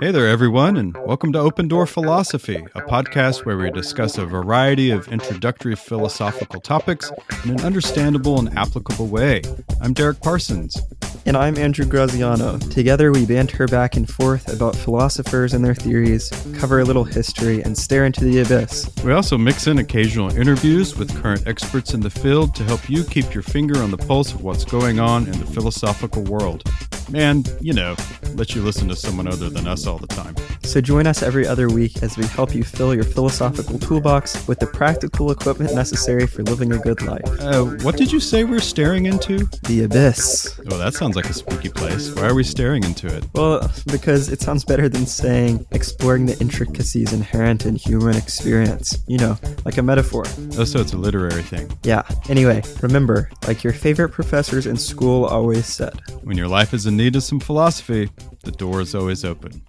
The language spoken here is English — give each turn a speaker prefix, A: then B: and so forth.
A: Hey there, everyone, and welcome to Open Door Philosophy, a podcast where we discuss a variety of introductory philosophical topics in an understandable and applicable way. I'm Derek Parsons.
B: And I'm Andrew Graziano. Together, we banter back and forth about philosophers and their theories, cover a little history, and stare into the abyss.
A: We also mix in occasional interviews with current experts in the field to help you keep your finger on the pulse of what's going on in the philosophical world. And, you know, let you listen to someone other than us all the time.
B: So join us every other week as we help you fill your philosophical toolbox with the practical equipment necessary for living a good life.
A: Uh, what did you say we're staring into?
B: The abyss.
A: Oh, that sounds like a spooky place. Why are we staring into it?
B: Well, because it sounds better than saying exploring the intricacies inherent in human experience. You know, like a metaphor.
A: Oh, so it's a literary thing.
B: Yeah. Anyway, remember, like your favorite professors in school always said,
A: When your life is in need of some philosophy, the door is always open.